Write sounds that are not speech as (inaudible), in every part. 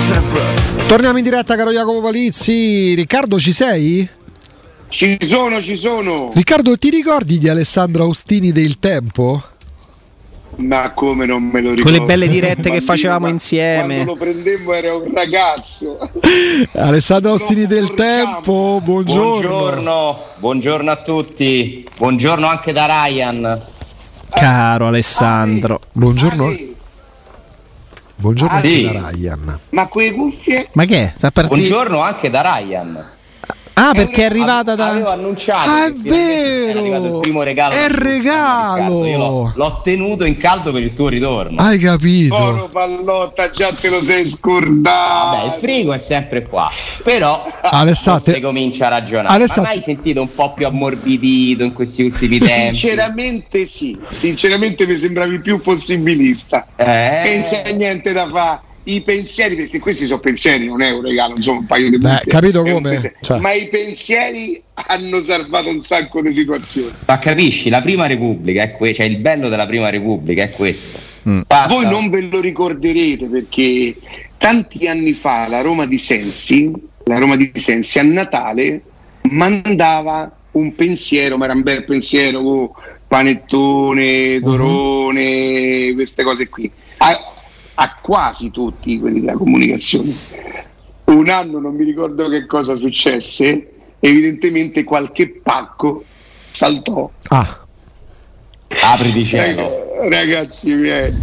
sempre. Torniamo in diretta caro Jacopo Palizzi. Riccardo ci sei? Ci sono, ci sono. Riccardo ti ricordi di Alessandro Austini del Tempo? (laughs) Ma come non me lo ricordo? Quelle belle dirette che Bambino, facevamo ma insieme. Quando lo prendevo era un ragazzo. Alessandro Austini del portiamo. Tempo, buongiorno. Buongiorno, buongiorno a tutti, buongiorno anche da Ryan. Caro Alessandro. Buongiorno, Ah, sì. buongiorno Ah, anche sì. da Ryan. Ma quelle cuffie? Ma che? è? Sta partendo? Buongiorno anche da Ryan. Ah, Eh, perché è arrivata Avevo da. annunciato. Ah, è che vero! finalmente Era arrivato il primo regalo. È del tuo regalo! Riccardo. Io l'ho, l'ho tenuto in caldo per il tuo ritorno. Hai capito? Oro pallotta, già te lo sei Ah. scordato. Vabbè, il frigo è sempre qua, però Alessà, forse te- comincia a ragionare. Alessà- Ma mai sentito un po' più ammorbidito in questi (laughs) ultimi tempi? Sinceramente sì, sinceramente mi sembravi più possibilista. Eh. E non c'è niente da fare. I pensieri, perché questi sono pensieri, non è un regalo, insomma un paio di Beh, cuffie. capito È un come? pensiero. Cioè. Ma i pensieri hanno salvato un sacco di situazioni. Ma capisci, la prima repubblica è questo, cioè il bello della prima repubblica è questo. Mm. Basta. Voi non ve lo ricorderete perché tanti anni fa la Roma di Sensi, la Roma di Sensi a Natale mandava un pensiero, ma era un bel pensiero, oh, panettone, dorone, queste cose qui, a, a quasi tutti quelli della comunicazione. Un anno non mi ricordo che cosa successe, evidentemente qualche pacco saltò. Ah, apriti cielo. Rag- Eh, Ragazzi miei,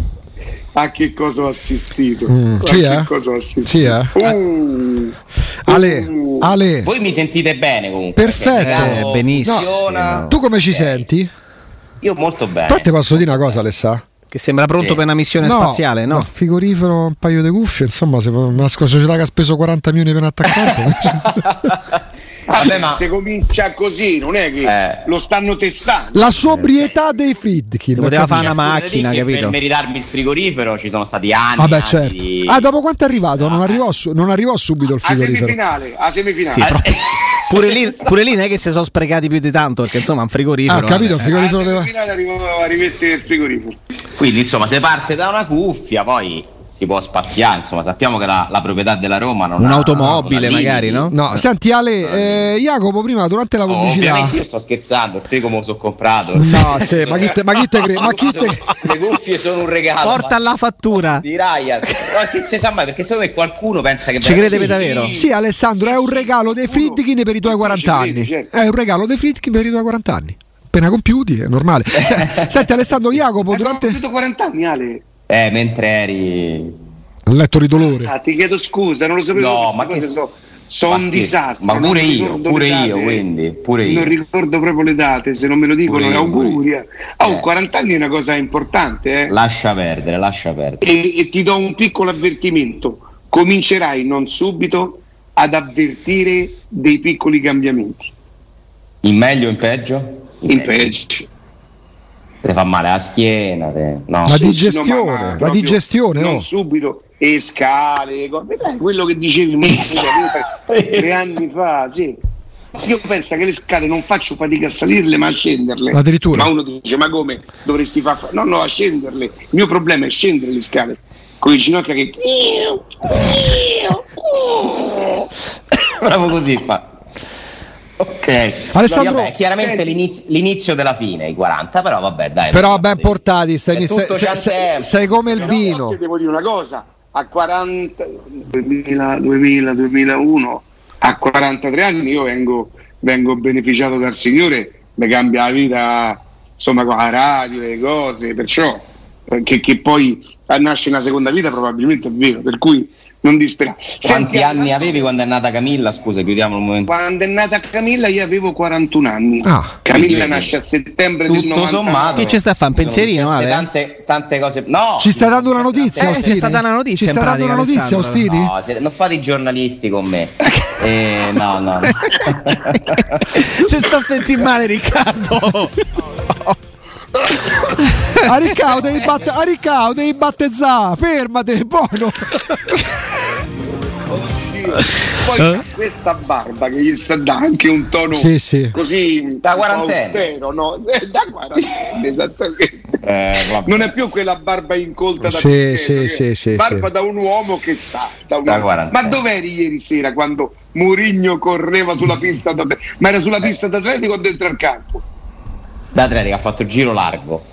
a che cosa ho assistito? Mm, A sì, che eh? cosa ho assistito? Sì, eh? Uh, Ale, uh, Ale, Voi mi sentite bene comunque? Perfetto. perché il Eh, Milano benissimo. funziona. tu come ci Eh, senti? Io molto bene. Poi te posso dire una cosa, Alessà? Che sembra pronto Sì. per una missione spaziale, no? dal frigorifero, un paio di cuffie, insomma, se una scu- società che ha speso 40 milioni per un (laughs) attaccante. (laughs) Vabbè, ma Se comincia così, non è che Eh. lo stanno testando. La sobrietà dei Friedkin. Ti poteva fare una capito? macchina, Devo dire che capito? Per meritarmi il frigorifero ci sono stati anni. Vabbè, anni certo. di- eh. Ah, dopo quanto è arrivato? Non arrivò, su- non arrivò subito il A frigorifero. semifinale, a Sì, semifinale. troppo. eh, Pure lì, pure lì non è che si sono sprecati più di tanto, perché insomma è un frigorifero. Ah, capito, il eh. a frigorifero deve... semifinale arrivava a rimettere il frigorifero. Quindi, insomma, se parte da una cuffia, poi si può spaziare. Insomma, sappiamo che la, la proprietà della Roma non Un'automobile, ha- non ha magari, limiti. no? No, senti Ale, eh, Jacopo prima durante la Oh, pubblicità... ovviamente io sto scherzando, il frigo me lo sono comprato. No, sì, ma chi te, ma chi te crede? Ma chi te (laughs) Le cuffie sono un regalo. Porta ma- la fattura. di Ryan. No, che se sa mai perché secondo me qualcuno pensa che Ci crede Sì, davvero? Sì, Alessandro, è un regalo dei Friedkin per i tuoi 40 Ci anni. credi, certo. È un regalo dei Friedkin per i tuoi 40 anni. Appena compiuti, è normale. (laughs) Se- Senti Alessandro Jacopo, Abbiamo durante... compiuto 40 anni, Ale. Eh, mentre eri Letto di dolore. Eh, Ah, ti chiedo scusa, non lo sapevo. No, queste ma che- cose so- sono ma un che- disastro. ma non pure io, ricordo pure le io, quindi, pure io. Non ricordo proprio le date, se non me lo dicono, Pure io, auguri. pure Oh, Eh. 40 anni è una cosa importante, eh. lascia perdere, lascia perdere. e, e ti do un piccolo avvertimento. Comincerai non subito ad avvertire dei piccoli cambiamenti. In meglio o in peggio? In peggio. Ti fa male la schiena, te- no. La Sì, digestione, sì, no, ma- ma la proprio digestione, Non oh. subito, e scale, co- vedrai quello che dicevi Messina, io tre- tre anni fa, sì. Io penso che le scale non faccio fatica a salirle ma a scenderle. Addirittura. Ma uno dice: Ma come dovresti fare? No, no, a scenderle. Il mio problema è scendere le scale con le ginocchia che. (laughs) Proprio così fa. Ok. Alessandro- No, vabbè, chiaramente l'inizio, l'inizio della fine, i 40, però vabbè, dai. Però ragazzi. ben portati, stai, È mi- tutto sei- sei- già sei- tempo. sei come il Però vino. Ti devo dire una cosa, a 40 2000, 2000, 2001 a 43 anni io vengo, vengo beneficiato dal Signore, mi cambia la vita, insomma, con la radio, le cose, perciò eh, che, che poi eh, nasce una seconda vita probabilmente è vero, per cui non disperare. Quanti Senti, anni avevi quando è nata Camilla? Scusa, chiudiamo un momento. Quando è nata Camilla io avevo 41 anni. Ah. Camilla Quindi, nasce a settembre del tutto 99. sommato. Che ci sta a fare? Un pensierino, Sono Ale? successe Tante, tante cose. No! Ci sta dando una notizia, Eh, c'è Austini? stata una notizia Ci sta in dando pratica, una notizia, Alessandro. Austini? No, se- non fate i giornalisti con me. Eh, no, no. (laughs) Se sta a sentire male, Riccardo. Aricao, devi, batte- Aricao, devi battezzare, fermate, buono. Poi ha questa barba che gli sta dando anche un tono Eh? Sì, sì. così Da un po' quarantena. (laughs) austero, no? Eh, da quarantena, esattamente. Eh, vabbè. Non è più quella barba incolta da Sì, Pischetto, sì, che sì, sì, barba sì. da un uomo che sa. da un Da uomo. 40. Ma dov'eri ieri sera quando Mourinho correva sulla pista da Ma era sulla pista d'atletico o dentro al campo? da Atletica ha fatto il giro largo.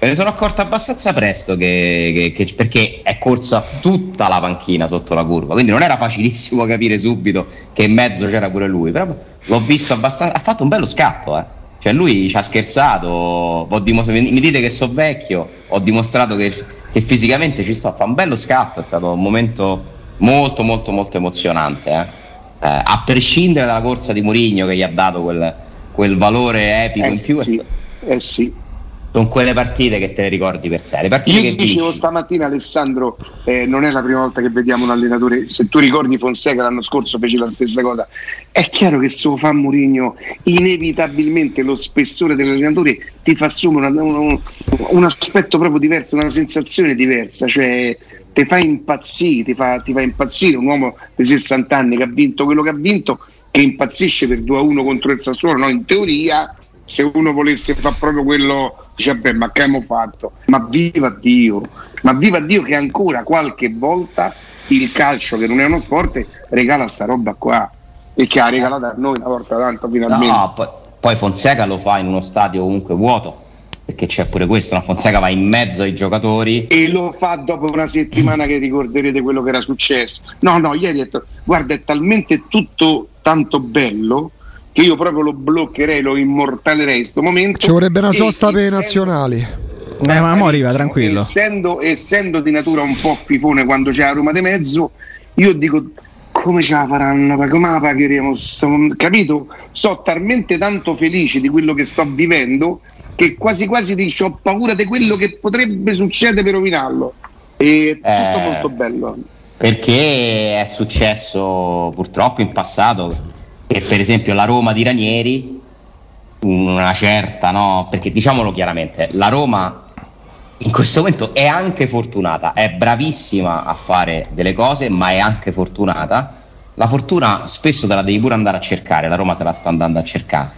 Me ne sono accorto abbastanza presto che- che- che- perché è corsa tutta la panchina sotto la curva, quindi non era facilissimo capire subito che in mezzo c'era pure lui, però l'ho visto abbastanza, ha fatto un bello scatto, eh. cioè lui ci ha scherzato, ho dimos- mi dite che sono vecchio, ho dimostrato che, che fisicamente ci sto, fa un bello scatto, è stato un momento molto molto molto emozionante, eh. Eh, a prescindere dalla corsa di Mourinho che gli ha dato quel, quel valore epico Eh in più, è sì, stato- eh sì. sono quelle partite che te le ricordi per sé. Le partite Io che ti vinci. dicevo stamattina Alessandro, eh, non è la prima volta che vediamo un allenatore, se tu ricordi Fonseca l'anno scorso fece la stessa cosa, è chiaro che se lo fa Mourinho inevitabilmente lo spessore dell'allenatore ti fa assumere una- un, un aspetto proprio diverso, una sensazione diversa, cioè ti fa impazzire, ti fa, ti fa impazzire un uomo di 60 anni che ha vinto quello che ha vinto, che impazzisce per 2-1 contro il Sassuolo, no? in teoria se uno volesse fare proprio quello, dice beh ma che abbiamo fatto? Ma viva Dio, ma viva Dio che ancora qualche volta il calcio che non è uno sport regala sta roba qua e che ha regalato a noi una volta tanto finalmente. No, poi, poi Fonseca lo fa in uno stadio comunque vuoto. Perché c'è pure questo, no? Fonseca va in mezzo ai giocatori. E lo fa dopo una settimana che ricorderete quello che era successo. No, no, ieri ho detto, guarda, è talmente tutto tanto bello che io proprio lo bloccherei, lo immortalerei in questo momento. Ci vorrebbe una E sosta per i essendo- nazionali. Eh, ma mo arriva, Bravissimo. tranquillo. Essendo, essendo di natura un po' fifone quando c'è la Roma di mezzo, io dico come ce la faranno, ma come la pagheremo? Sto- capito? Sono talmente tanto felice di quello che sto vivendo che quasi quasi dici ho paura di quello che potrebbe succedere per rovinarlo. E tutto Eh. molto bello. Perché è successo purtroppo in passato che per esempio la Roma di Ranieri, una certa, no? Perché diciamolo chiaramente, la Roma in questo momento è anche fortunata, è bravissima a fare delle cose, ma è anche fortunata. La fortuna spesso te la devi pure andare a cercare, la Roma se la sta andando a cercare.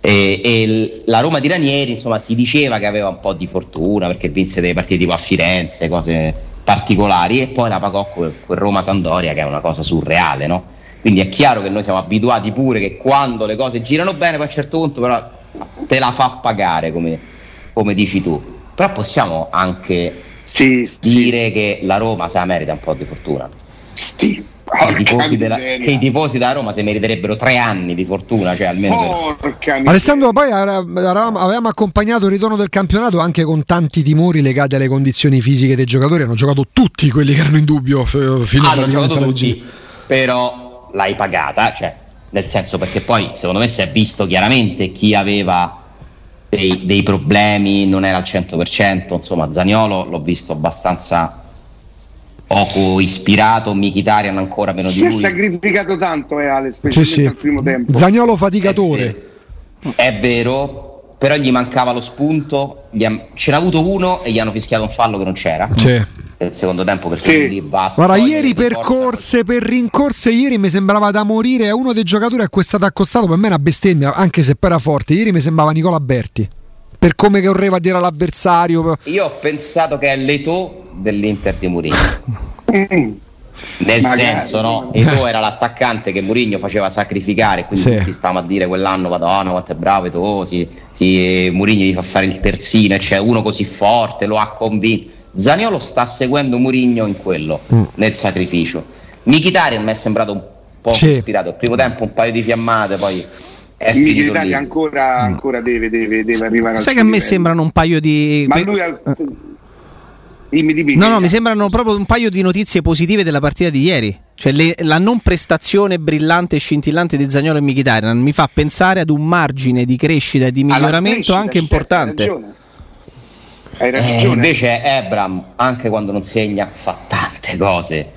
E, e l- la Roma di Ranieri, insomma, si diceva che aveva un po' di fortuna perché vinse dei partiti tipo a Firenze, cose particolari, e poi la pagò quel, quel Roma-Sandoria che è una cosa surreale, no? Quindi è chiaro che noi siamo abituati pure che quando le cose girano bene, poi a un certo punto però te la fa pagare, come, come dici tu. Però possiamo anche Sì, sì, dire che la Roma se la merita un po' di fortuna. sì. Che i, Porca tifosi della, miseria. che i tifosi della Roma se meriterebbero tre anni di fortuna, cioè almeno... Oh, per- Porca miseria. Alessandro, poi era- eravamo- avevamo accompagnato il ritorno del campionato anche con tanti timori legati alle condizioni fisiche dei giocatori. Hanno giocato tutti quelli che erano in dubbio f- fino hanno giocato alla tutti, però l'hai pagata, cioè, nel senso perché poi secondo me si è visto chiaramente chi aveva dei, dei problemi, non era al 100%, insomma Zaniolo l'ho visto abbastanza poco ispirato, Mkhitaryan ancora meno Si è di lui. sacrificato tanto, eh, Ale, Sì, specialmente sì. al primo tempo. Zagnolo faticatore. È vero, però gli mancava lo spunto, gli han- ce n'ha avuto uno e gli hanno fischiato un fallo che non c'era. Sì. Nel secondo tempo perché Sì. lì va a Guarda, togliere ieri di per forza. corse, per rincorse, ieri mi sembrava da morire. È uno dei giocatori a cui è stato accostato. Per me è una bestemmia, anche se poi era forte. Ieri mi sembrava Nicola Berti. Per come correva a dire all'avversario. Io ho pensato che è l'Eto dell'Inter di Mourinho. Mm. Nel Magari. senso, no? Eto era l'attaccante che Mourinho faceva sacrificare, quindi Sì. tutti stavamo a dire quell'anno, Madonna, quanto è bravo Eto, si, si, Mourinho gli fa fare il terzino, e c'è uno così forte, lo ha convinto. Zaniolo sta seguendo Mourinho in quello, Mm. nel sacrificio. Mkhitaryan mi è sembrato un po' Sì. ispirato, il primo tempo un paio di fiammate, poi è Il finito Mkhitaryan lì. ancora, ancora deve, deve, deve arrivare al suo Sai che a me livello. sembrano un paio di. Ma lui ha... Eh, Dimmi, dimmi. No, no, Mkhitaryan. mi sembrano proprio un paio di notizie positive della partita di ieri. Cioè le- la non prestazione brillante e scintillante di Zagnolo e Mkhitaryan mi fa pensare ad un margine di crescita e di Alla miglioramento crescita, anche certo, importante. Hai ragione. Hai Eh, ragione. invece Ebram, anche quando non segna, fa tante cose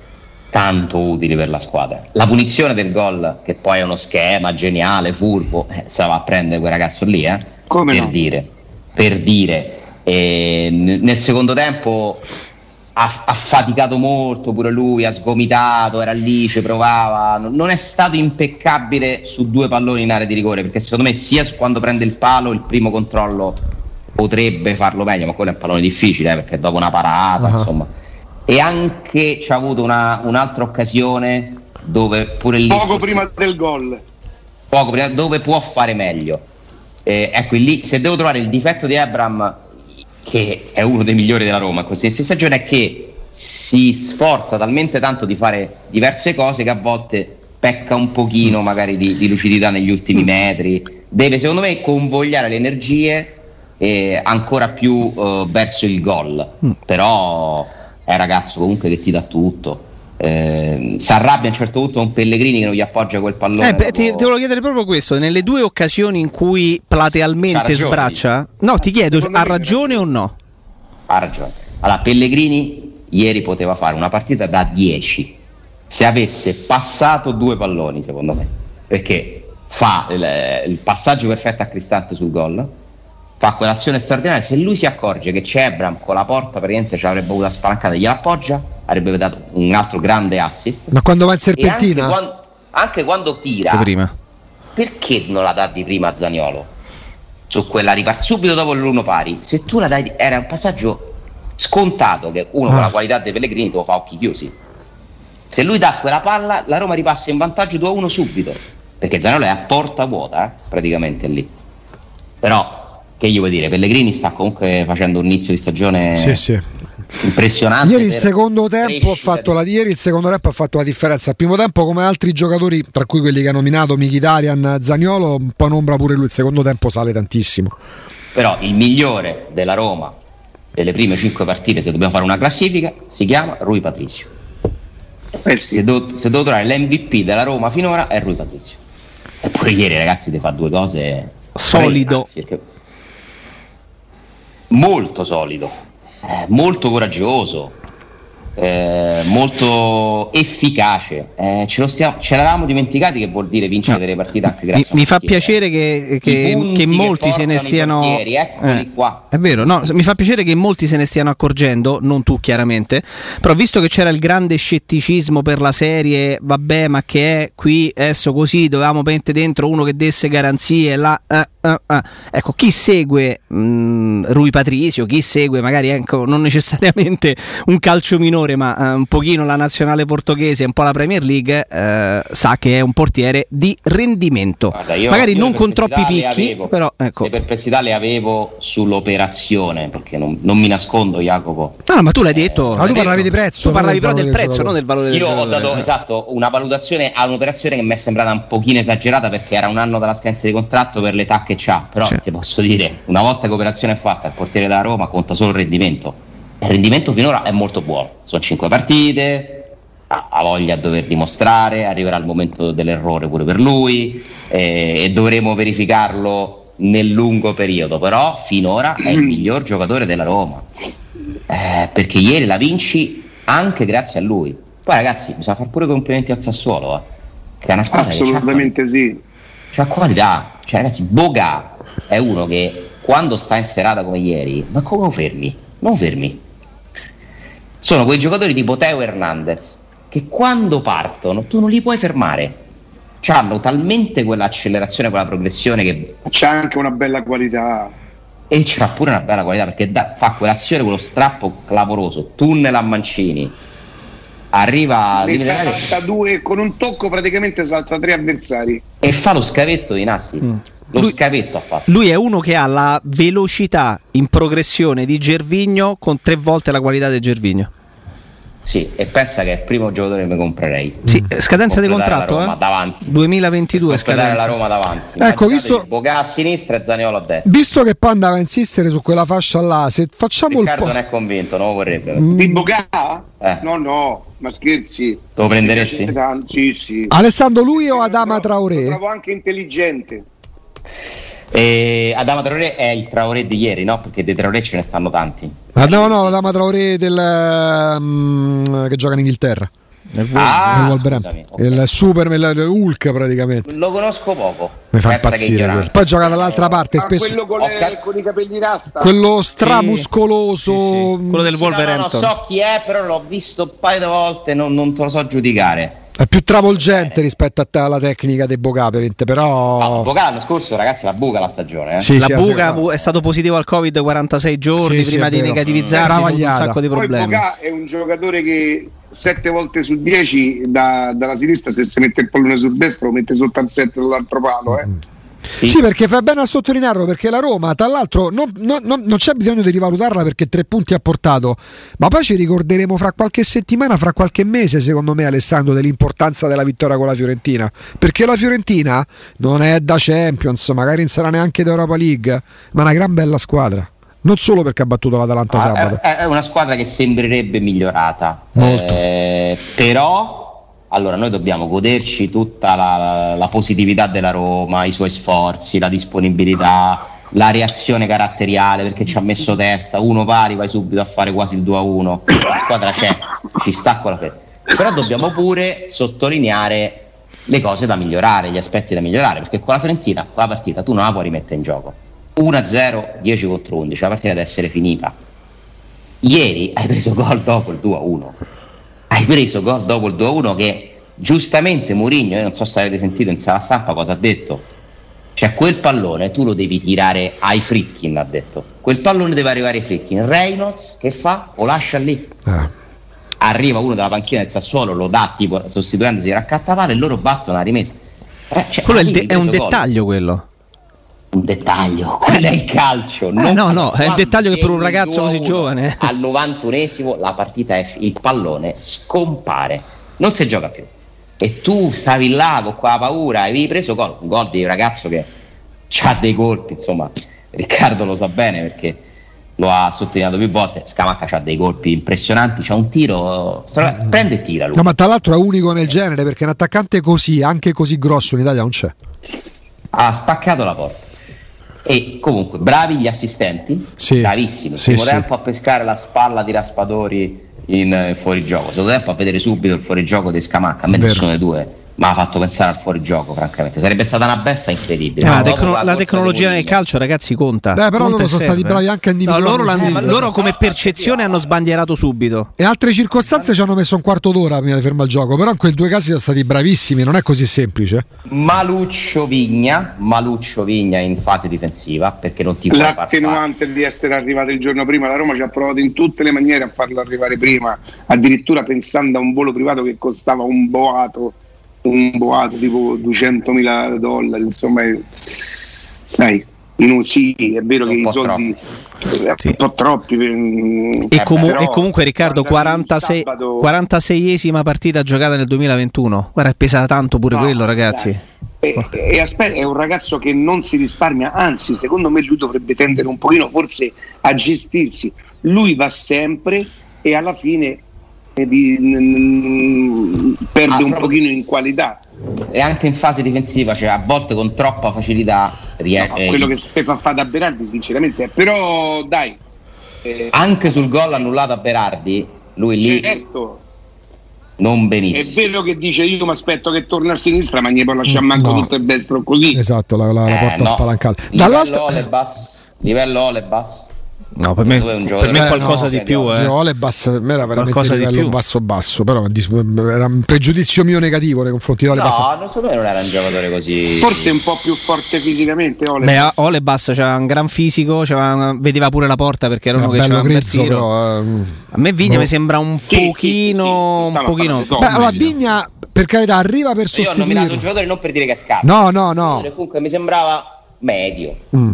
tanto utili per la squadra. La punizione del gol, che poi è uno schema geniale, furbo, eh, se la va a prendere quel ragazzo lì, eh? Come per no? dire, per dire. E n- nel secondo tempo ha, ha faticato molto pure lui, ha sgomitato, era lì, ci provava. Non, non è stato impeccabile su due palloni in area di rigore, perché secondo me sia su quando prende il palo, il primo controllo potrebbe farlo meglio, ma quello è un pallone difficile eh, perché dopo una parata, Ah. insomma. E anche ci ha avuto una- un'altra occasione dove pure lì Poco forse- prima del gol. poco prima, dove può fare meglio. Eh, ecco, lì se devo trovare il difetto di Abram, che è uno dei migliori della Roma, in questa stagione è che si sforza talmente tanto di fare diverse cose che a volte pecca un pochino magari di, di lucidità negli ultimi metri. Deve secondo me convogliare le energie eh, ancora più eh, verso il gol. Mm. Però è un ragazzo comunque che ti dà tutto. Eh, si arrabbia a un certo punto con Pellegrini che non gli appoggia quel pallone. Eh, beh, ti, dopo- ti volevo chiedere proprio questo: nelle due occasioni in cui Ha platealmente ragione. sbraccia, no, ti chiedo, Secondo ha me- ragione o no? ha ragione. Allora, Pellegrini ieri poteva fare una partita da 10 se avesse passato due palloni, secondo me, perché fa il, il passaggio perfetto a Cristante sul gol, fa quell'azione straordinaria. Se lui si accorge che c'è Ebram con la porta, praticamente ci avrebbe avuto la spalancata, gliela appoggia, avrebbe dato un altro grande assist. Ma quando va in E anche serpentina? quan- anche quando tira, Prima. perché non la dà di prima a Zaniolo su quella ripartita subito dopo l'uno pari se tu la dai era un passaggio scontato che uno con Ah. la qualità dei Pellegrini te lo fa a occhi chiusi se lui dà quella palla la Roma ripassa in vantaggio 2-1 subito perché Zaniolo è a porta vuota eh, praticamente lì però che gli vuoi dire Pellegrini sta comunque facendo un inizio di stagione Sì, sì. impressionante Eh. Ieri il per secondo tempo ha crescita fatto di- la ieri il secondo tempo ha fatto la differenza. Al primo tempo come altri giocatori, tra cui quelli che ha nominato Mkhitaryan, Zaniolo, un po' in ombra pure lui, il secondo tempo sale tantissimo. però il migliore della Roma delle prime 5 partite se dobbiamo fare una classifica si chiama Rui Patricio Eh se sì. devo, se devo trovare l'MVP della Roma finora è Rui Patrizio. Eppure ieri ragazzi ti fa due cose Solido. tre, anzi, perché- molto solido, eh, molto coraggioso, eh, molto efficace. Eh, ce, lo stiamo, ce l'eravamo dimenticati che vuol dire vincere No. delle partite anche Mi, grazie a mi un fa portiere. piacere che, che- I punti che che molti se ne Eh. portano i stiano. portieri, eccoli qua. È vero, no, s- mi fa piacere che molti se ne stiano accorgendo, non tu chiaramente. Però visto che c'era il grande scetticismo per la serie, vabbè, ma che è qui adesso così, dovevamo mettere dentro uno che desse garanzie. là, eh, eh, eh. Ecco, chi segue mh, Rui Patrizio, chi segue magari ecco, non necessariamente un calcio minore, ma eh, un pochino la nazionale portoghese, un po' la Premier League, eh, sa che è un portiere di rendimento. Guarda, io- Certo. magari io non le con troppi perplessità le picchi, avevo. però ecco. Le perplessità le avevo sull'operazione, perché non- non mi nascondo Jacopo. No, no, Ah, ma tu l'hai detto. Eh, Ma tu l'hai parlavi detto. di prezzo, Tu non parlavi del però valore del del prezzo, non giocatore. del valore del Io ho dato giocatore. esatto una valutazione a un'operazione che mi è sembrata un pochino esagerata perché era un anno dalla scadenza di contratto per l'età che c'ha, però Certo. ti posso dire, una volta che l'operazione è fatta, il portiere da Roma conta solo il rendimento. Il rendimento finora è molto buono, sono cinque partite, ha, ha voglia a dover dimostrare, arriverà il momento dell'errore pure per lui eh, e dovremo verificarlo nel lungo periodo, però finora è il miglior giocatore della Roma. Eh, perché ieri la vinci anche grazie a lui. Poi ragazzi, bisogna far pure complimenti al Sassuolo, eh, che è una squadra che c'ha, Assolutamente sì. c'ha qualità. Cioè ragazzi, Boga è uno che quando sta in serata come ieri, ma come lo fermi? Non lo fermi. Sono quei giocatori tipo Teo Hernandez che quando partono tu non li puoi fermare. Hanno talmente quell'accelerazione, quella progressione che C'è anche una bella qualità. e c'ha pure una bella qualità perché da- fa quell'azione, quello strappo clamoroso, tunnel a Mancini, arriva a Ne limite dell'area salta due con un tocco praticamente salta tre avversari. e fa lo scavetto di Nassi. Mm. Lo Lui- scavetto ha fatto. Lui è uno che ha la velocità in progressione di Gervigno con tre volte la qualità di Gervigno. Sì, e pensa che è il primo giocatore che mi comprerei. Mm. Sì, eh, scadenza di Completare la contratto, Roma eh? davanti. 2022 Completare scadenza. la Roma davanti. Ecco, Immaginate visto- Boga "Boh, a sinistra e Zaniolo a destra. Visto che poi andava a insistere su quella fascia là, se facciamo Riccardo non il è convinto, non lo vorrebbe. Mm. Di Bogà? Eh. No, no, ma scherzi. Lo Mi piace prenderesti? tanto, Sì, sì. po'. Alessandro lui o Lo Ah, Adama trovo- Lo Traoré? trovo anche intelligente. E Adama Traoré è il Traoré di ieri, no? Perché dei Traoré ce ne stanno tanti. Ah, no, no, Adama Traoré del mm, che gioca in Inghilterra. Ah, Del Wolverhampton. scusami, ok. Il super il Hulk praticamente. Lo conosco poco. Mi fa Pensa che impazzire. quello. ignoranza. Poi gioca dall'altra parte Ma spesso. Ah, quello con, Ho le- cap- con i capelli rasta. quello stramuscoloso. mm, Quello del Sì, no, no, Wolverhampton. non so chi è, però l'ho visto un paio di volte, non, non te lo so giudicare. È più Eh. travolgente rispetto a te alla tecnica di Boca, per te, però... Ah, Boca l'anno scorso, ragazzi, la buca la stagione. Eh. Oh. Sì, la sì, buca sì, fu- è stato positivo al Covid 46 giorni Sì, sì, prima è di vero. negativizzarsi, ha avuto un Travagliata. sacco di Poi problemi. Boga è un giocatore che sette volte su 10 da- dalla sinistra, se si mette il pallone sul destro, lo mette sotto al set dall'altro palo. Eh. Mm. Sì. Sì, perché fa bene a sottolinearlo perché la Roma, tra l'altro, non, non- non- non c'è bisogno di rivalutarla perché tre punti ha portato, ma poi ci ricorderemo fra qualche settimana, fra qualche mese, secondo me, Alessandro, dell'importanza della vittoria con la Fiorentina. Perché la Fiorentina non è da Champions, magari non sarà neanche da Europa League, ma è una gran bella squadra. Non solo perché ha battuto l'Atalanta Ah, sabato. è, è una squadra che sembrerebbe migliorata, Molto. Eh, però allora noi dobbiamo goderci tutta la, la positività della Roma, i suoi sforzi, la disponibilità, la reazione caratteriale perché ci ha messo testa, uno pari vai subito a fare quasi il 2 a 1, la squadra c'è, ci sta con la fede. Però dobbiamo pure sottolineare le cose da migliorare, gli aspetti da migliorare, perché con la Fiorentina la partita tu non la puoi rimettere in gioco. 1-0, 10 contro 11, la partita deve essere finita. Ieri hai preso gol dopo il 2-1. Hai preso gol dopo il 2-1 che giustamente Mourinho, io non so se avete sentito in sala stampa cosa ha detto. Cioè quel pallone tu lo devi tirare ai Fritkin, ha detto. Quel pallone deve arrivare ai Fritkin. Reynolds che fa? Lo lascia lì. Ah. Arriva uno dalla panchina del Sassuolo, lo dà tipo sostituendosi raccattavale e loro battono la rimessa. Eh, cioè, Quello è, il ieri de- è hai un preso gol. dettaglio quello. un dettaglio, quello è il calcio. non- Eh, no, no, è il quando dettaglio che per un segni il ragazzo 2 a così 1, giovane. eh. Al 91esimo la partita è fi- il pallone scompare, non si gioca più. E tu stavi là con quella paura, avevi preso gol, un gol di un ragazzo che ha dei colpi, insomma, Riccardo lo sa bene perché lo ha sottolineato più volte, Scamacca ha dei colpi impressionanti, c'ha un tiro, se- Eh, prende e tira lui. No, ma tra l'altro è unico nel genere perché un attaccante così, anche così grosso in Italia non c'è. ha spaccato la porta. E comunque, bravi gli assistenti, Sì. bravissimi. Sì, primo sì. tempo a pescare la spalla di Raspadori in eh, fuorigioco, secondo tempo a vedere subito il fuorigioco di Scamacca. A me Vero. nessuno dei due mi ha fatto pensare al fuorigioco, francamente. Sarebbe stata una beffa incredibile. Ah, la No, tecno- dopo la corsa di tecnologia nel Mourinho. calcio, ragazzi, conta. Beh, però Conta loro e sono serve. stati bravi anche a individuare No, loro, un l'hanno- punto. loro come percezione hanno sbaglierato subito. E altre circostanze ci hanno messo un quarto d'ora prima di fermare il gioco, però in quei due casi sono stati bravissimi, non è così semplice. Maluccio Vigna, Maluccio Vigna in fase difensiva perché non ti puoi far fare. L'attenuante di essere arrivato il giorno prima, la Roma ci ha provato in tutte le maniere a farlo arrivare prima, addirittura pensando a un volo privato che costava un boato, un boato tipo 200.000 dollari, insomma, è- sai, non, sì, è vero Un che i po' soldi eh, Sì. un po' troppi. per- E, eh, comu- però, e comunque Riccardo guardate il 46, sabato- 46esima partita giocata nel 2021 guarda pesa tanto pure No, quello ragazzi E, e aspe- è un ragazzo che non si risparmia, anzi, secondo me lui dovrebbe tendere un pochino forse a gestirsi. Lui va sempre e alla fine eh, di- n- n- perde Ah, un proprio- pochino in qualità. E anche in fase difensiva, cioè a volte con troppa facilità eh, riesce. No, quello che Stefano fa da Berardi, sinceramente, però dai, eh, anche sul gol annullato a Berardi, lui Ah, lì certo, non è benissimo. vero che dice io mi aspetto che torna a sinistra, ma ne può lasciare manco No. tutto il destro così. Esatto, la, la- la Eh, porta no. spalancata. Livello Dall'altra Olebas, livello Olebas. no per me- Dove è un giocatore? per me è qualcosa di più eh. Di eh. Ole Bass, per me era veramente Qualcosa di livello più. basso basso, però dis- era un pregiudizio mio negativo nei confronti di Ole Bass. No, non so me non era un giocatore così. Forse un po' più forte fisicamente, Ole. Beh, a- Olebas c'aveva un gran fisico, c'aveva una- vedeva pure la porta perché era Era uno che bello c'aveva un bel grezzo, tiro. però. eh, mm. A me Vigna Boh. mi sembra un Sì, sì, pochino, sì, sì, un pochino. stava Beh, parlando allora Vigna, per carità, arriva per Io ho nominato un sostituire. giocatore non per dire che è scarso. No, no, no. Cioè, Comunque mi sembrava medio. Mm.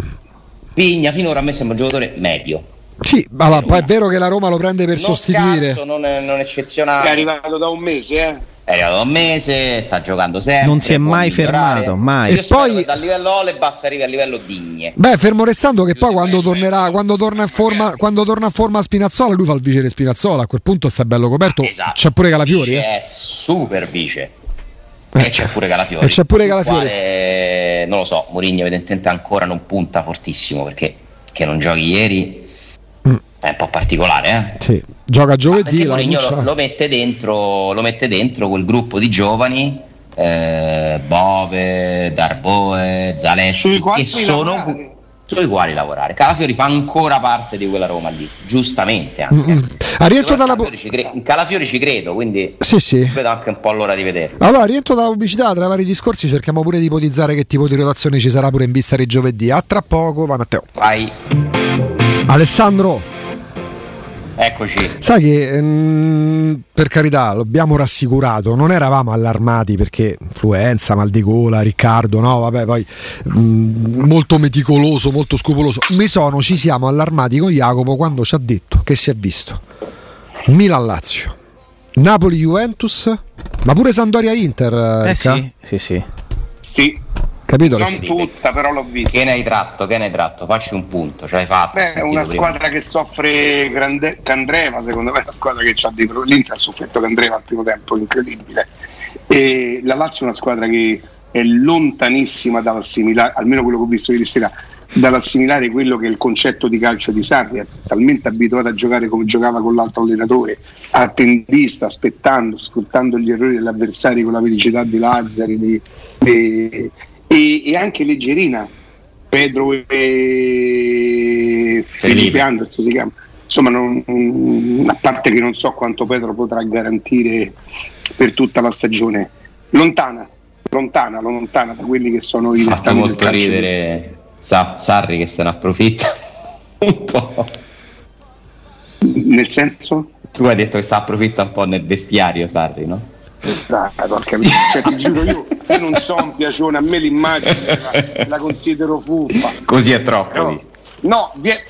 Pigna finora a me sembra un giocatore medio. Sì, ma va, poi è vero che la Roma lo prende per non sostituire. scarso, non, non è eccezionale. arrivato da un mese, eh. È arrivato da un mese, sta giocando sempre. Non si è può mai migliorare. fermato, mai. Io E spero poi- che dal livello Olebas arrivi al livello Digne. Beh, fermo restando che poi Giuseppe quando Mezzo. tornerà, quando torna in forma, quando torna in forma Spinazzola, lui fa il vice di Spinazzola, a quel punto sta bello coperto. Certo, Ah, esatto. C'è pure Calafiori, eh. Vice È super vice. E c'è pure Calafiori. E c'è pure Sul Calafiori. quale, non lo so, Mourinho evidentemente ancora non punta fortissimo perché che non giochi ieri Mm. è un po' particolare, eh. Sì, gioca giovedì, Perché la Mourinho annuncia- lo, lo mette dentro, lo mette dentro quel gruppo di giovani eh, Bove, Darboe, Zaleschi Sui che quali sono lavorare. sui quali lavorare. Calafiori fa ancora parte di quella Roma lì, giustamente. Anche. Mm-mm. Ha rientro Secondo dalla... Calafiori ci cre- in Calafiori ci credo, quindi Sì, sì. vedo anche un po' l'ora di vederlo. Allora, rientro dalla pubblicità, tra i vari discorsi cerchiamo pure di ipotizzare che tipo di rotazione ci sarà pure in vista di giovedì. A tra poco, va Matteo. Vai, Alessandro, eccoci. sai che mm, per carità, l'abbiamo rassicurato, non eravamo allarmati perché influenza, mal di gola, Riccardo, no, vabbè, poi mm, molto meticoloso, molto scrupoloso. Mi sono, ci siamo allarmati con Jacopo quando ci ha detto che si è visto Milan-Lazio, Napoli-Juventus, ma pure Sandoria-Inter. Eh Ricca. sì, sì, sì. Ecco. Sì, Capito? non Alessandro? tutta, però l'ho vista. Che ne hai tratto? Che ne hai tratto? Facci un punto, ce l'hai fatto. Beh, è sentito una prima. squadra che soffre grande, Candreva, secondo me è una squadra che ha dei problemi. L'Inter ha sofferto Candreva al primo tempo, incredibile. E la Lazio è una squadra che è lontanissima dall'assimilare, almeno quello che ho visto ieri sera, dall'assimilare quello che è il concetto di calcio di Sarri, è talmente abituata a giocare come giocava con l'altro allenatore, attendista, aspettando, sfruttando gli errori dell'avversario con la velocità di Lazzari di- e- e- e anche leggerina Pedro e Felipe Anderson si chiama. Insomma, non- mm, a parte che non so quanto Pedro potrà garantire per tutta la stagione, lontana, lontana, lontana da quelli che sono i Ha fatto dettami del molto calcio. ridere Sa- Sarri che se ne approfitta (laughs) un po'. Nel senso? Tu hai detto che se ne approfitta un po' nel vestiario Sarri, no? Dai, porca miseria, cioè, ti giuro io, io non so un piacione, a me l'immagine la, la considero fuffa. Così è troppo. Però- Ecco lì. no, vi è-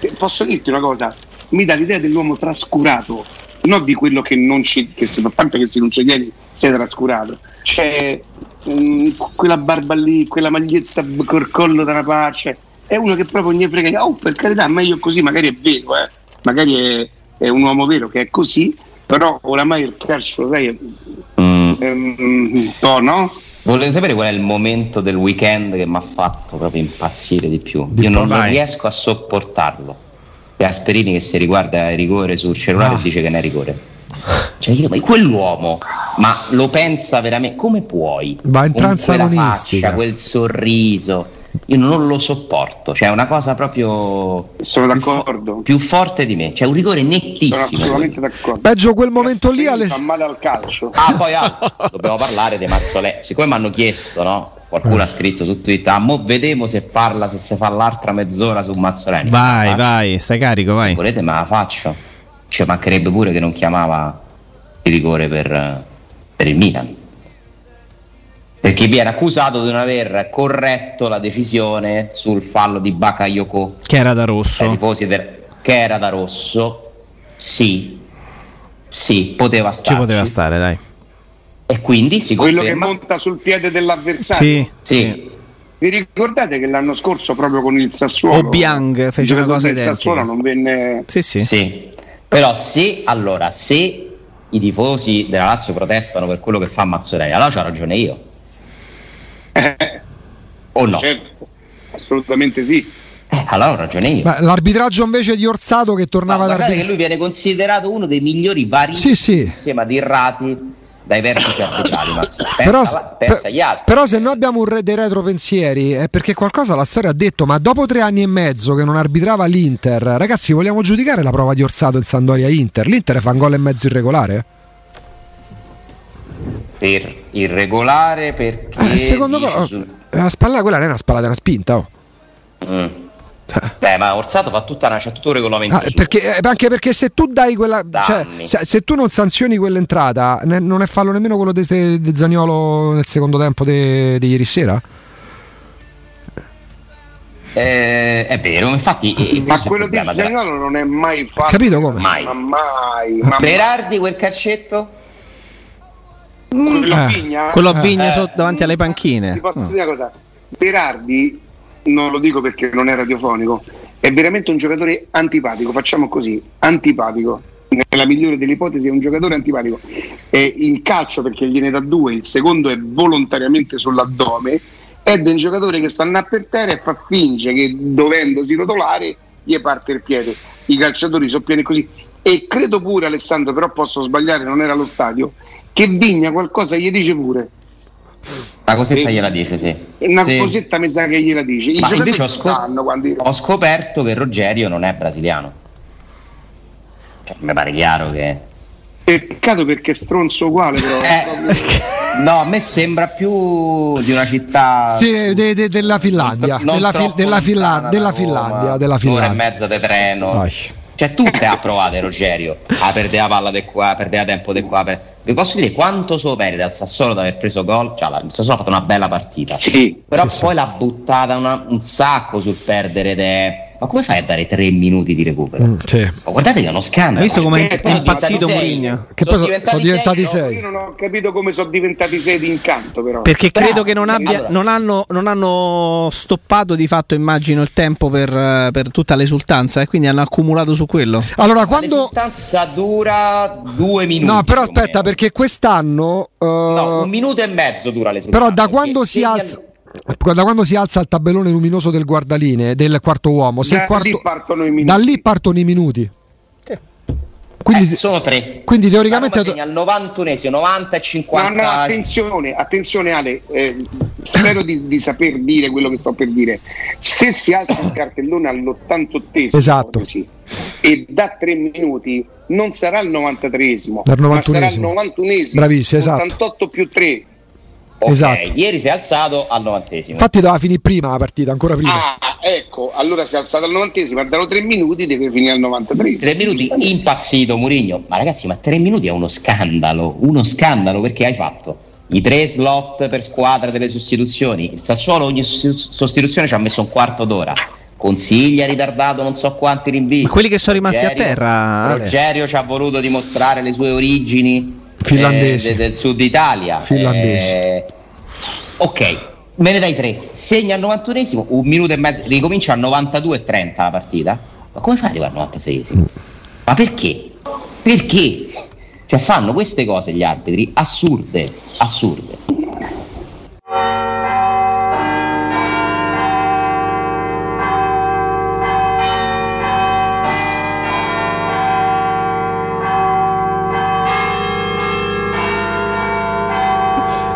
eh, posso dirti una cosa? Mi dà l'idea dell'uomo trascurato, non di quello che non ci. Che se, a parte che se non ci tieni sei trascurato. C'è mm, quella barba lì, quella maglietta b- col collo da una parte. cioè, È uno che proprio ne frega. Oh, per carità, meglio così, magari è vero, eh. magari è, è un uomo vero che è così, però oramai il calcio, lo sai, Mm. è un po', Ehm, no? Volete sapere qual è il momento del weekend che mi ha fatto proprio impazzire di più? Di Io non, più, non vai. riesco a sopportarlo. Gasperini che si riguarda il rigore sul cellulare Ah. e dice che non è rigore. Cioè, io, ma quell'uomo, ma lo pensa veramente? Come puoi? Va in Con trance quella agonistica. faccia, quel sorriso. Io non lo sopporto. Cioè, è una cosa proprio Sono più fo- d'accordo. più forte di me. C'è un rigore Sono nettissimo. assolutamente d'accordo. Peggio quel momento lì, Alessandro. Fa male al calcio. Ah, poi altro. dobbiamo parlare di Mazzolè. Siccome mi hanno chiesto, no? Qualcuno Mm. ha scritto su Twitter, ah, mo vedemo se parla, se si fa l'altra mezz'ora su Mazzolè. Vai, Ecco. Ma- vai, stai carico, vai. Volete, me la faccio. Cioè, mancherebbe pure che non chiamava il rigore per, per il Milan. Perché viene accusato di non aver corretto la decisione sul fallo di Bakayoko Che era da ai Ecco. rosso. tifosi del- che era da rosso. Sì, sì, poteva Ci stare. Ecco. poteva stare, dai. E quindi si quello che conferma- monta sul piede dell'avversario. Sì. Sì, Vi ricordate che l'anno scorso proprio con il Sassuolo Obiang fece il giocatore una cosa del identica. Sassuolo non venne (laughs) Sì, sì. sì. Però se allora se i tifosi della Lazio protestano per quello che fa Mazzolelli, allora c'ho ragione io. o no? Eh, certo, assolutamente sì. Eh, allora ho ragione io. Ma l'arbitraggio invece di Orsato che No, tornava ad guardate che arbitrare. lui viene considerato uno dei migliori vari Sì, sì. insieme ad Irrati dai vertici arbitrali. Mazzolelli. Pensa, Però, alla- pensa per- agli altri. però se noi abbiamo un re dei retropensieri è perché qualcosa la storia ha detto, ma dopo tre anni e mezzo che non arbitrava l'Inter, ragazzi vogliamo giudicare la prova di Orsato in Sandoria Inter? L'Inter fa un gol e mezzo irregolare? Per irregolare perché Eh, secondo me dice oh, sul- la spalla, quella non è una spallata, è una spinta. oh. Mm. Beh, ma Orsato fa tutta una, c'è tutto un regolamento. Cioè. Ah, suo. perché- eh, anche perché se tu dai quella. Cioè, Danni. se, se tu non sanzioni quell'entrata, ne- non è fallo nemmeno quello di Zaniolo nel secondo tempo de- di ieri sera? Eh, è vero, infatti. eh, Ma questo è quello il di problema della- Zagnolo non è mai fatto. Capito come? Ma mai, ma Berardi quel calcetto? mai. Quello a Eh, Vigna? Quello a Vigna Eh. sotto davanti alle Ti panchine. Mm. posso No. dire una cosa? Berardi, non lo dico perché non è radiofonico, è veramente un giocatore antipatico. Facciamo così: antipatico. Nella migliore delle ipotesi è un giocatore antipatico. E il calcio perché gliene dà due, il secondo è volontariamente sull'addome. Ed è un giocatore che sta là per terra e fa finge che dovendosi rotolare gli parte il piede. I calciatori sono pieni così. E credo pure, Alessandro, però posso sbagliare, non era allo stadio, che Vigna qualcosa gli dice pure La cosetta gliela dice, sì. Una Sì. cosetta mi sa che gliela dice. I Ma giocatori invece ho, lo scop- sanno quando ho scoperto che Rogerio non è brasiliano. Cioè, mi pare chiaro che. Peccato perché è stronzo uguale, però. Eh, (laughs) no, a me sembra più di una città. Sì, de- de- della Finlandia, Ah, Non della, troppo fi- della Finla- lontana da della Roma, Finlandia, della Un'ora e Finlandia. mezza di treno. Dai. Cioè, tutte ha provate, Rogerio. Ah, perdeva palla di qua, perdeva tempo di qua. per- Vi posso dire quanto so merita il Sassuolo di aver preso gol? Cioè, la- il Sassuolo ha fatto una bella partita. Sì. Però poi l'ha buttata una- un sacco sul perdere. ed è- Ma come fai a dare tre minuti di recupero? Mm, sì. Ma guardate che è uno Hai scandalo. visto come è Eh, guarda, impazzito diventati sei. Mourinho? Che poi so- sono diventati no? sei. Io non ho capito come sono diventati sei d'incanto, però. Perché Bravo. credo che non, abbia- Allora. non hanno, non hanno stoppato di fatto, immagino, il tempo per, eh, per tutta l'esultanza e quindi hanno accumulato su quello. Allora, La quando... risultanza dura due minuti. No, però più o aspetta, meno. perché quest'anno... eh, No, un minuto e mezzo dura le però da quando si alza... Da quando si alza il tabellone luminoso del guardaline del quarto uomo, se il Da quarto- lì partono i minuti. da lì partono i minuti. Quindi, Quindi, eh, sono tre. quindi Teoricamente teoricamente al 91esimo, 90 e No, 50. no, attenzione, attenzione Ale, eh, spero di, di saper dire quello che sto per dire. Se si alza il cartellone all'88esimo Esatto. e da tre minuti, non sarà il 93esimo, Dal ma sarà 91esimo. il 91esimo. Bravissimo, esatto. 88 più 3. Ok, esatto. Ieri si è alzato al 90esimo. infatti doveva finire prima la partita, ancora prima. Ah, ecco, allora si è alzato al 90esimo, ha dato tre minuti, deve finire al 93esimo. Tre minuti impazzito Murigno, ma ragazzi, ma tre minuti è uno scandalo, uno scandalo perché hai fatto i tre slot per squadra delle sostituzioni, il Sassuolo ogni sostitu- sostituzione ci ha messo un quarto d'ora, Consiglia ritardato non so quanti rinvii. Ma quelli che sono rimasti a Rogerio- terra, Ale. Rogerio ci ha voluto dimostrare le sue origini Finlandesi. eh, de- del sud Italia. Finlandesi. Eh, ok, me ne dai tre. Segna al 91esimo, un minuto e mezzo, ricomincia al 92 e 30 la partita. Ma come fa ad arrivare al 96esimo? Ma perché? Perché? Cioè fanno queste cose gli arbitri assurde, assurde.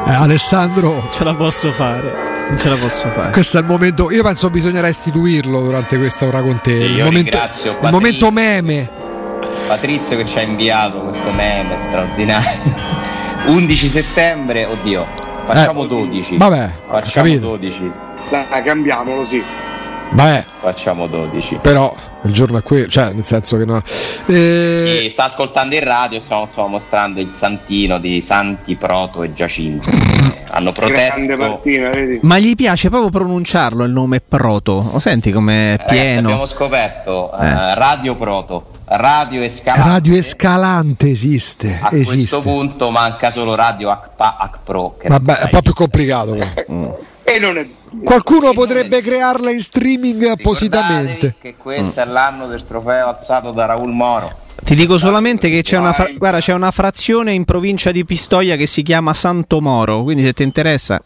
Eh, Alessandro, Ce la posso fare, non ce la posso fare. questo è il momento. Io penso bisognerà istituirlo durante questa ora con te. Sì, il, io momento, ringrazio il Patrizio. momento meme. Patrizio che ci ha inviato questo meme straordinario. (laughs) 11 settembre, oddio, facciamo Eh, 12. Vabbè, ho facciamo capito. 12. Dai, cambiamolo, sì. Vabbè, Facciamo 12. però il giorno è quello, cioè nel senso che no. Eh, Chi sta ascoltando in radio, stiamo, stiamo mostrando il santino di Santi Proto e Giacinto. Eh, Hanno Grande protetto. partita, vedi? Ma gli piace proprio pronunciarlo il nome Proto. Lo senti come è Ragazzi, eh, abbiamo pieno? scoperto eh, Eh. Radio Proto, Radio Escalante. Radio Escalante esiste, A questo esiste. punto manca solo Radio Acpa, Acpro. che non Vabbè, è esiste. un po' più complicato. però. E non è... Qualcuno potrebbe crearla in streaming appositamente. Mm. Ricordatevi Che questo è l'anno del trofeo alzato da Raul Moro. Ti dico solamente che c'è una, fra- Vai. guarda, c'è una frazione in provincia di Pistoia che si chiama Santo Moro. Quindi se ti interessa,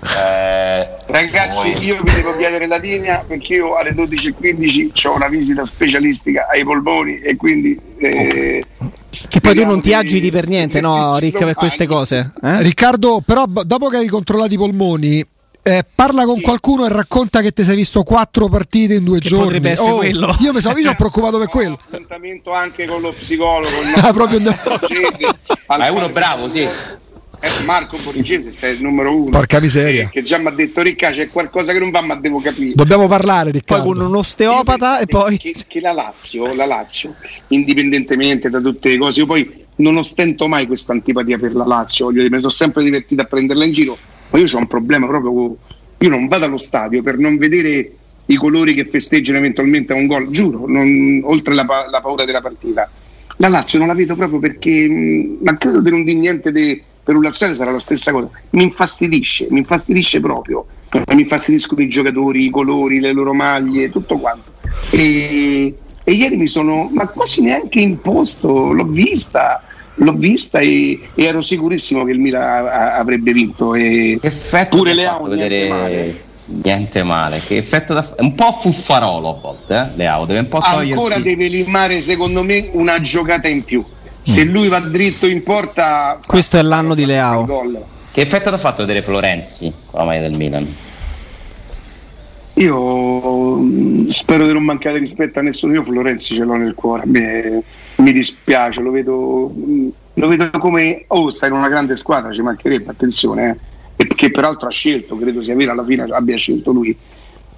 Eh, Ragazzi, io vi devo chiedere la linea perché io alle 12.15 ho una visita specialistica ai polmoni e quindi... eh, che poi tu speriamo non ti di- agiti per niente, no, sentirci Rick, per queste domani. cose. eh? Riccardo, però b- dopo che hai controllato i polmoni, eh, parla con Sì. qualcuno e racconta che ti sei visto quattro partite in due Che giorni. Oh, potrebbe essere quello. Io mi sono, io sono preoccupato per Ho quello. appuntamento anche con lo psicologo. il (laughs) Ah, proprio no. Borgese, al Ma è uno quale- bravo, sì. Eh, Marco Borgese sta il numero uno. Porca miseria. Eh, Che già mi ha detto Ricca c'è qualcosa che non va, ma devo capire. Dobbiamo parlare, Poi Riccardo. con un osteopata e poi. Che, che la Lazio, la Lazio, indipendentemente da tutte le cose, io poi non ostento mai questa antipatia per la Lazio, voglio dire, mi sono sempre divertito a prenderla in giro, ma io ho un problema proprio. co- Io non vado allo stadio per non vedere i colori che festeggiano eventualmente un gol, giuro, non- oltre la, pa- la paura della partita. La Lazio non la vedo proprio perché, mh, ma credo per un di niente de- per un Lazio sarà la stessa cosa. Mi infastidisce, mi infastidisce proprio. Mi infastidiscono i giocatori, i colori, le loro maglie, tutto quanto. E, e ieri mi sono, ma quasi neanche imposto, l'ho vista, l'ho vista e, e ero sicurissimo che il Milan a- a- avrebbe vinto. E, Che effetto Pure ti ha Leao, fatto niente male. niente male. Che effetto da è un po' fuffarolo a volte, eh? Leao deve un po' ancora togliersi. deve limare, secondo me, una giocata in più. Se lui va dritto in porta, fa- Questo è Mm. l'anno di Leao. gol. Che effetto ti ha fatto vedere Florenzi con la maglia del Milan? Io mh, spero di non mancare rispetto a nessuno. Io Florenzi ce l'ho nel cuore, a me- mi dispiace, lo vedo, mh, lo vedo come oh, sta in una grande squadra, ci mancherebbe, attenzione, eh. E che peraltro ha scelto, credo sia vero, alla fine abbia scelto lui.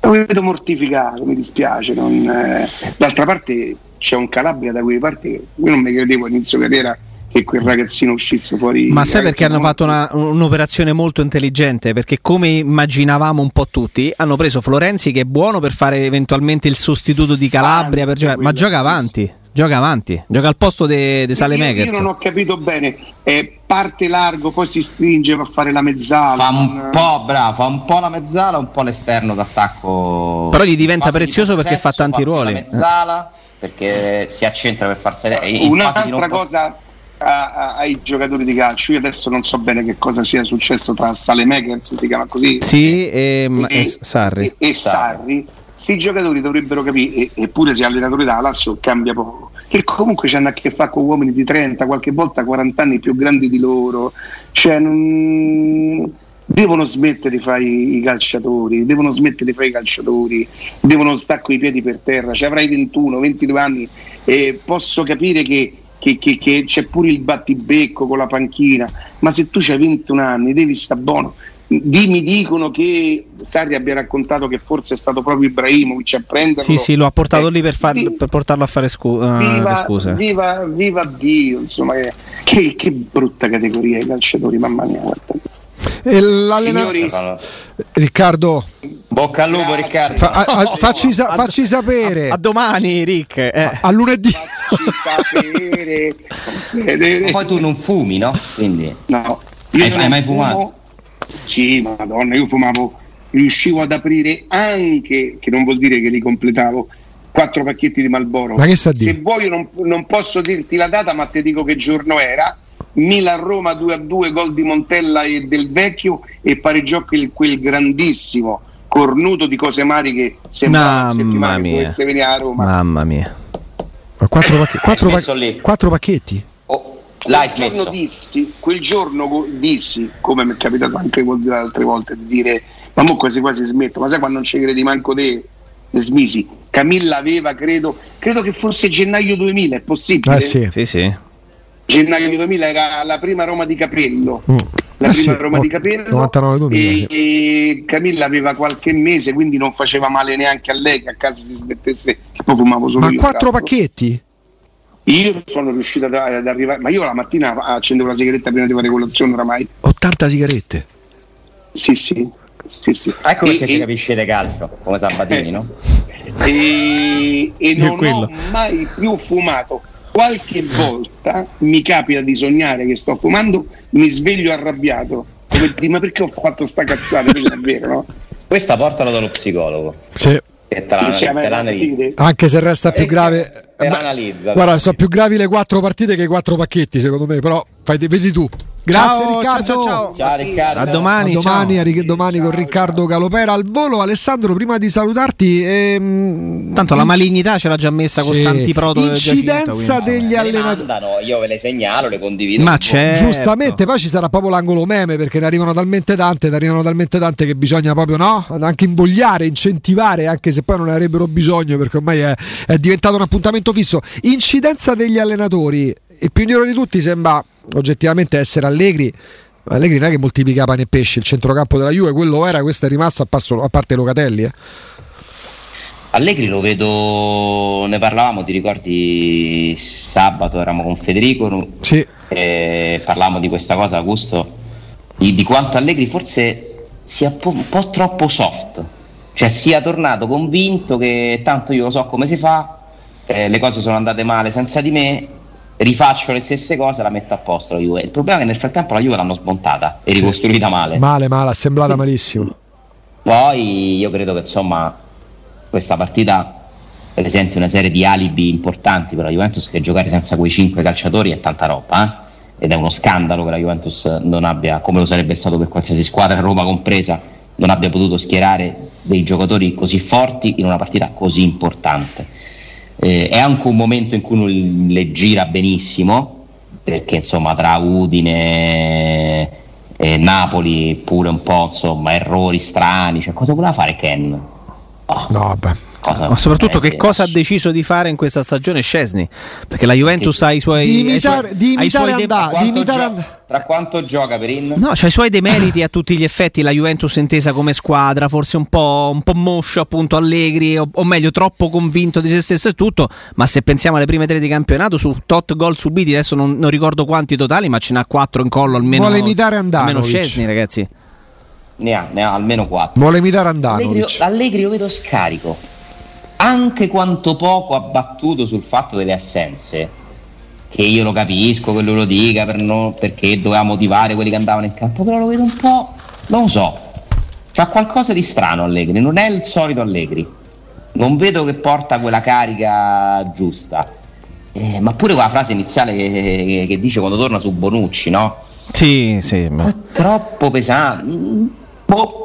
Lo vedo mortificato, mi dispiace. non, eh. D'altra parte c'è un Calabria da quelle parti. che Io non mi credevo all'inizio carriera che quel ragazzino uscisse fuori. Ma sai perché hanno ragazzino fatto una- un'operazione molto intelligente? Perché come immaginavamo un po' tutti, hanno preso Florenzi che è buono per fare eventualmente il sostituto di Calabria, per giocare- ma quello, sì, gioca sì. avanti, gioca avanti, gioca al posto di Io, io Salemegers. non ho capito bene, eh, parte largo, poi si stringe per fare la mezzala. Fa un po', bravo, fa un po' la mezzala, un po' l'esterno d'attacco. Però gli diventa In fase di prezioso perché fa possesso, tanti più ruoli. La mezzala, perché si accentra per farsi. Un'altra cosa a- a- ai giocatori di calcio, io adesso non so bene che cosa sia successo tra Salemekers, si chiama così, Sì, ehm, e S- Sarri. e, e Sarri. Se i giocatori dovrebbero capire, e- eppure se allenatore da Lazio cambia poco, che comunque c'hanno a che fare con uomini di 30, qualche volta 40 anni più grandi di loro, cioè non- devono smettere di fare i i calciatori, devono smettere di fare i calciatori, devono stare coi piedi per terra, cioè avrai 21, 22 anni e posso capire che, che- che- che c'è pure il battibecco con la panchina, ma se tu hai 21 anni devi stare buono. Di- mi dicono che Sarri abbia raccontato che forse è stato proprio Ibrahimovic a prenderlo. Sì, sì, lo ha portato Eh, lì per, far- vi- per portarlo a fare scu- eh, le viva, scuse. viva- viva Dio, insomma, che, che- che brutta categoria i calciatori, mamma mia. Guarda. E l'allenatore Signori, Riccardo, Bocca al lupo, Grazie. Riccardo. fa- a- a- facci, sa- facci sapere A, a domani, Rick. eh. a (laughs) lunedì. facci sapere. Ma Poi tu non fumi, no? Quindi. No, io Hai- non hai mai fumo. fumato? Sì, madonna, io fumavo, riuscivo ad aprire anche, che non vuol dire che li completavo, quattro pacchetti di Malboro. Ma che sta a dire? Se vuoi io non, non posso dirti la data, ma ti dico che giorno era. Milan-Roma 2-2, gol di Montella e del Vecchio e pareggiò quel, quel grandissimo cornuto di Cosemari che sembrava una settimana Mamma che mia. dovesse venire a Roma. Mamma mia. Ma Quattro, pacche- quattro messo pac- lì. quattro pacchetti? Oh, l'hai quel giorno smesso. dissi, quel giorno go- dissi, come mi è capitato anche vol- altre volte, di dire ma mo quasi quasi smetto, ma sai quando non ci credi manco te, ne smisi. Camilla aveva, credo, credo che fosse gennaio 2000, è possibile? Eh sì. Sì, sì. Gennaio 2000 era la prima Roma di Capello. Mm. La Eh prima sì, Roma no- di Capello 99-2000, e, sì. e Camilla aveva qualche mese, quindi non faceva male neanche a lei che a casa si smettesse, che poi fumavo solo Ma io, quattro peraltro. pacchetti? Io sono riuscito ad, ad arrivare, ma io la mattina accendevo la sigaretta prima di fare colazione oramai. 80 sigarette. Sì, sì. Sì, sì. Ecco E- perché e- ci capisce di calcio, come Sabatini, no? e, (laughs) e Io non quello. ho mai più fumato. Qualche volta mi capita di sognare che sto fumando, mi sveglio arrabbiato. Come di, ma perché ho fatto sta cazzata? Invece è vero, no? Questa portalo dallo psicologo. Sì. Che te Non siamo l'analizza. mai Te l'analizza. partite. Anche se resta più Eh, grave. te eh, l'analizza. Guarda, sono più gravi le quattro partite che i quattro pacchetti, secondo me. Però fai, vedi tu. Grazie Ciao, Riccardo. ciao, ciao, Ciao Riccardo. A A domani, domani, ciao. a ri- domani con Riccardo Galopera al volo. Alessandro, prima di salutarti, ehm, Tanto la inc- malignità ce l'ha già messa con Sì. Santi Proto del Giacinto, quindi, incidenza insomma. eh. degli Me le allenatori. mandano, io ve le segnalo, le condivido. Ma con c'è. certo. Giustamente, poi ci sarà proprio l'angolo meme perché ne arrivano talmente tante, ne arrivano talmente tante che bisogna proprio no? anche invogliare, incentivare, anche se poi non ne avrebbero bisogno perché ormai è, è diventato un appuntamento fisso. Incidenza degli allenatori, il pioniero di tutti sembra oggettivamente essere Allegri. ma Allegri non è che moltiplica pane e pesce, il centrocampo della Juve, quello era, questo è rimasto a, passo- a parte Locatelli. eh. Allegri lo vedo, ne parlavamo, ti ricordi sabato eravamo con Federico Sì. e parlavamo di questa cosa, Augusto, di, di quanto Allegri forse sia po- un po' troppo soft, cioè sia tornato convinto che tanto io lo so come si fa, eh, le cose sono andate male senza di me, rifaccio le stesse cose, la metto a posto la Juve. Il problema è che nel frattempo la Juve l'hanno smontata e ricostruita male. Male, male, assemblata malissimo. Poi io credo che insomma questa partita presenti una serie di alibi importanti per la Juventus che giocare senza quei cinque calciatori è tanta roba eh? ed è uno scandalo che la Juventus non abbia, come lo sarebbe stato per qualsiasi squadra, Roma compresa, non abbia potuto schierare dei giocatori così forti in una partita così importante. Eh, è anche un momento in cui non le gira benissimo perché insomma tra Udine eh, Napoli pure un po', insomma, errori strani, cioè cosa voleva fare Ken? Oh, No, beh. cosa- Eh, Ma soprattutto che veramente- cosa ha deciso di fare in questa stagione Scesni? Perché la Juventus ha i suoi... Di ha i suoi- imitare- di ha i suoi imitare de- Andà. Tra quanto di imitare gio- And- Tra quanto gioca Perin? No, c'ha i suoi demeriti a tutti gli effetti la Juventus intesa come squadra, forse un po', un po' moscio appunto Allegri, o, o meglio troppo convinto di se stesso e tutto, ma se pensiamo alle prime tre di campionato su tot gol subiti, adesso non, non ricordo quanti totali, ma ce n'ha quattro in collo almeno. Vuole imitare Andanovic. Almeno Scesni ragazzi. Ne ha, ne ha almeno 4. Vuole imitare Allegri, Andanovic. Allegri lo vedo scarico. Anche quanto poco abbattuto sul fatto delle assenze. Che io lo capisco, che lui lo dica per non- perché doveva motivare quelli che andavano in campo, però lo vedo un po'. non lo so. C'ha qualcosa di strano Allegri, non è il solito Allegri. Non vedo che porta quella carica giusta. Eh, ma pure quella frase iniziale che, che- che dice quando torna su Bonucci, no? Sì, sì. ma- Ma troppo pesante. Mm, boh.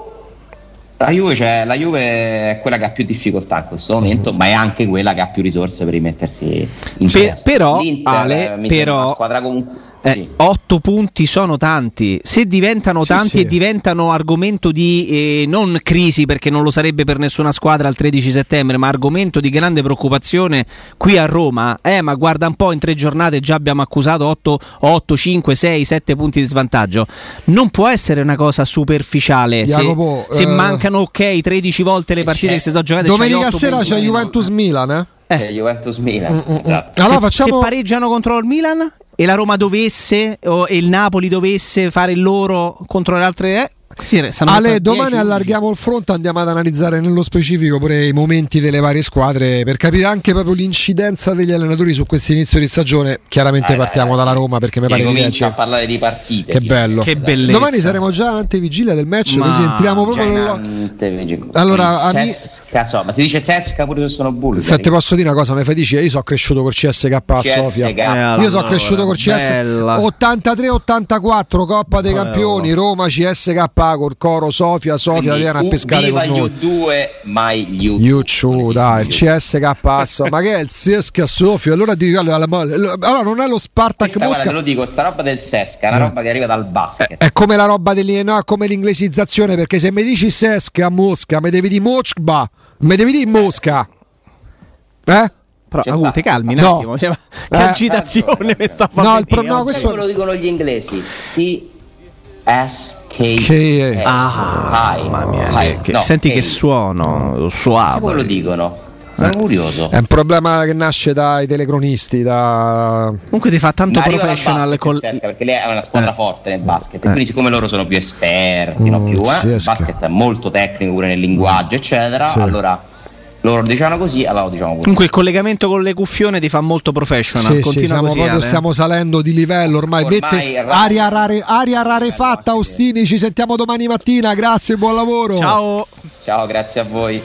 La Juve, cioè, la Juve è quella che ha più difficoltà in questo momento, ma è anche quella che ha più risorse per rimettersi in Pe- testa. però, L'Inter, Ale, eh, mi però- sembra una squadra comunque. Eh, sì. 8 punti sono tanti, se diventano Sì, tanti sì. e diventano argomento di eh, non crisi perché non lo sarebbe per nessuna squadra il 13 settembre, ma argomento di grande preoccupazione qui a Roma, eh ma guarda un po' in tre giornate già abbiamo accusato 8, 8 5, 6, 7 punti di svantaggio, non può essere una cosa superficiale, se- Jacopo, se, eh, mancano ok 13 volte le partite c'è. che si sono giocate Domenica c'hai otto sera punti c'è meno. Juventus Milan, eh? eh. C'è Juventus Milan. esatto. Allora se, facciamo se pareggiano contro il Milan e la Roma dovesse o, e il Napoli dovesse fare il loro contro le altre eh, così stanno Ale, dentro domani 10, 11. allarghiamo il fronte, andiamo ad analizzare nello specifico pure i momenti delle varie squadre per capire anche proprio l'incidenza degli allenatori su questo inizio di stagione. Chiaramente Dai, dai, partiamo dai. dalla Roma perché mi Eh, Si pare ricomincia a evidente. parlare di partite. Che bello. Che bellezza. Domani saremo già all'antevigilia del match, Ma- così entriamo proprio Cioè, nello... Bello. Allora, ami- Sesca, so, ma si dice Sesca pure se sono cioè, bulgari. Se te posso dire una cosa, mi fai dici, io sono cresciuto col CSK a CSK. Sofia. Eh, Io sono cresciuto col CS Bella. 83-84 Coppa dei Bello. Campioni, Roma CSK col Coro Sofia, Sofia Quindi, viene a U- pescare viva con noi. U2, mai U2. Yucciu, dai, il c'è CSK passa, ma che è il CSK Sofia? Allora, dico, allora, allora non è lo Spartak Questa, guarda, te Mosca, Eh, lo dico, sta roba del Sesca è una roba che arriva dal basket. è come la roba degli, no, è come l'inglesizzazione, perché se mi dici CSK a Mosca, mi devi dire Mochba, mi devi dire Mosca, eh? Però, Ci Agu, sta. te calmi un No. attimo cioè, ma- Eh. che agitazione mi sta No, facendo il pro- no, oggi. questo- Questo lo dicono gli inglesi. C S Che- K. ah mamma mia che- che- senti che suono lo Come lo suave dicono? Sono curioso. È un problema che nasce dai telecronisti, da... comunque ti fa tanto Ma arriva dal professional basket, col... Francesca, perché lei è una squadra Eh. forte nel basket Eh. quindi siccome loro sono più esperti no, Mm, più, eh, il sì, basket è molto tecnico pure nel linguaggio eccetera Sì. allora loro dicevano così allora lo diciamo così comunque il collegamento con le cuffione ti fa molto professional Sì, sì, continua siamo così proprio- Ale. stiamo salendo di livello ormai. Ormai Vette, è raro. aria, rare- aria rarefatta, Eh, no, sì. Ostini. Ci sentiamo domani mattina. Grazie, buon lavoro. ciao ciao grazie a voi